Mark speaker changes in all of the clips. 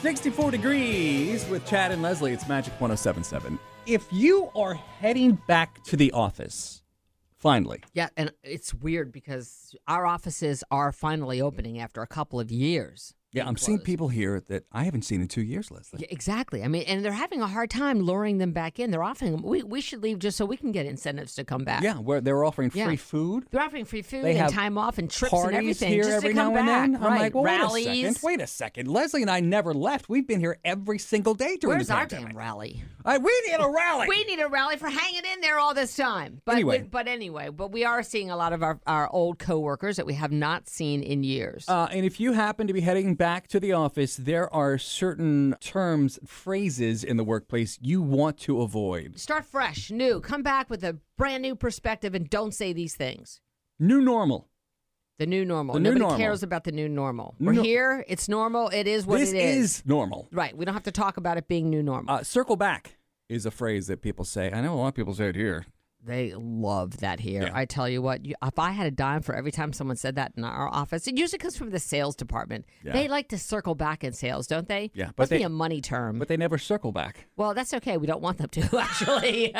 Speaker 1: 64 degrees with Chad and Leslie. It's Magic 1077. If you are heading back to the office, finally,
Speaker 2: Yeah, and it's weird because our offices are finally opening after a couple of years.
Speaker 1: yeah,
Speaker 2: being
Speaker 1: I'm seeing
Speaker 2: closed.
Speaker 1: people here that I haven't seen in two years, Leslie.
Speaker 2: Yeah, exactly. I mean, and they're having a hard time luring them back in. They're offering them, we, we should leave just so we can get incentives to come back.
Speaker 1: Yeah, where they were offering
Speaker 2: Yeah.
Speaker 1: free food.
Speaker 2: They're offering free food
Speaker 1: They
Speaker 2: and
Speaker 1: have
Speaker 2: time off and trips and
Speaker 1: Parties
Speaker 2: everything
Speaker 1: here
Speaker 2: just
Speaker 1: every
Speaker 2: to come
Speaker 1: now and
Speaker 2: back.
Speaker 1: then. I'm
Speaker 2: right.
Speaker 1: like, well,
Speaker 2: Rallies.
Speaker 1: wait a second. Wait a second. Leslie and I never left. We've been here every single day during
Speaker 2: Where's
Speaker 1: the
Speaker 2: our
Speaker 1: pandemic.
Speaker 2: damn rally?
Speaker 1: I- we need a rally.
Speaker 2: We need a rally for hanging in there all this time. But
Speaker 1: Anyway.
Speaker 2: but anyway, but we are seeing a lot of our, our old coworkers that we have not seen in years.
Speaker 1: Uh, and if you happen to be heading back to the office, there are certain terms, phrases in the workplace you want to avoid.
Speaker 2: Start fresh, new. Come back with a brand new perspective and don't say these things.
Speaker 1: New normal.
Speaker 2: The new normal.
Speaker 1: The new
Speaker 2: Nobody
Speaker 1: normal.
Speaker 2: cares about the new normal.
Speaker 1: New
Speaker 2: We're
Speaker 1: nor-
Speaker 2: here. It's normal. It is what
Speaker 1: this
Speaker 2: it is.
Speaker 1: is normal.
Speaker 2: Right. We don't have to talk about it being new normal.
Speaker 1: Uh, circle back is a phrase that people say. I know a lot of people say it here.
Speaker 2: they love that here.
Speaker 1: Yeah.
Speaker 2: I tell you what, you, if I had a dime for every time someone said that in our office, it usually comes from the sales department.
Speaker 1: Yeah.
Speaker 2: They like to circle back in sales, don't they?
Speaker 1: Yeah, but
Speaker 2: Must
Speaker 1: they-
Speaker 2: be a money term.
Speaker 1: But they never circle back.
Speaker 2: well, that's okay. We don't want them to, actually.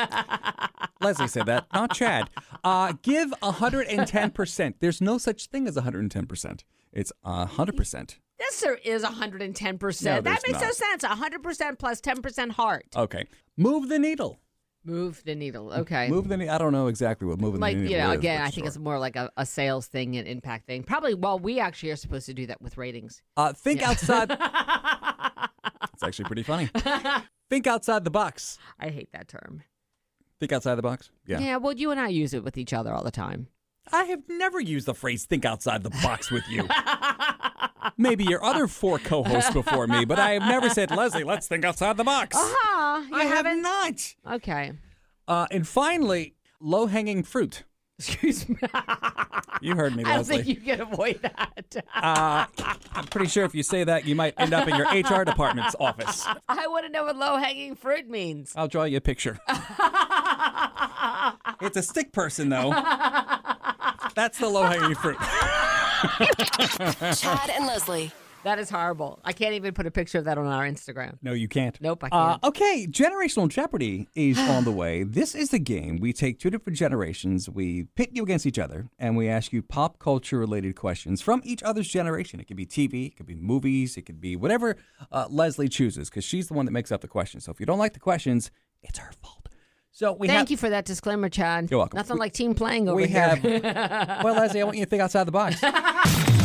Speaker 1: Leslie said that, not Chad. Uh, give 110%. There's no such thing as 110%. It's 100%.
Speaker 2: this there is 110%.
Speaker 1: No,
Speaker 2: that
Speaker 1: there's
Speaker 2: makes no
Speaker 1: not.
Speaker 2: sense. 100% plus 10% heart.
Speaker 1: Okay. Move the needle.
Speaker 2: Move the needle. Okay.
Speaker 1: Move the needle. I don't know exactly what moving
Speaker 2: like
Speaker 1: the needle
Speaker 2: you know
Speaker 1: is,
Speaker 2: again
Speaker 1: but
Speaker 2: i think
Speaker 1: sure.
Speaker 2: it's more like a, a sales thing and impact thing probably well we actually are supposed to do that with ratings
Speaker 1: Uh, think outside. it's actually pretty funny. think outside the box.
Speaker 2: i hate that term
Speaker 1: Think outside the box. Yeah.
Speaker 2: well you and i use it with each other all the time
Speaker 1: I have never used the phrase "think outside the box" with you. Maybe your other four co-hosts before me, but I have never said, "Leslie, let's think outside the box."
Speaker 2: ah you
Speaker 1: I have
Speaker 2: haven't
Speaker 1: not.
Speaker 2: okay
Speaker 1: Uh, and finally, low-hanging fruit.
Speaker 2: excuse me
Speaker 1: You heard me,
Speaker 2: i don't
Speaker 1: Leslie.
Speaker 2: think you can avoid that
Speaker 1: uh, I'm pretty sure if you say that, you might end up in your HR department's office.
Speaker 2: i want to know what low-hanging fruit means
Speaker 1: I'll draw you a picture. it's a stick person, though. That's the low-hanging fruit.
Speaker 3: Chad and Leslie.
Speaker 2: that is horrible i can't even put a picture of that on our instagram
Speaker 1: No, you can't.
Speaker 2: Nope, I
Speaker 1: Uh, okay, generational jeopardy is on the way. This is the game. We take two different generations, we pit you against each other, and we ask you pop culture related questions from each other's generation. It could be TV, it could be movies, it could be whatever uh, Leslie chooses, because she's the one that makes up the questions. So if you don't like the questions, it's her fault. So we
Speaker 2: thank
Speaker 1: have,
Speaker 2: you for that disclaimer chad
Speaker 1: You're welcome.
Speaker 2: nothing like team playing over
Speaker 1: We
Speaker 2: here
Speaker 1: have. well, Leslie, I want you to think outside the box.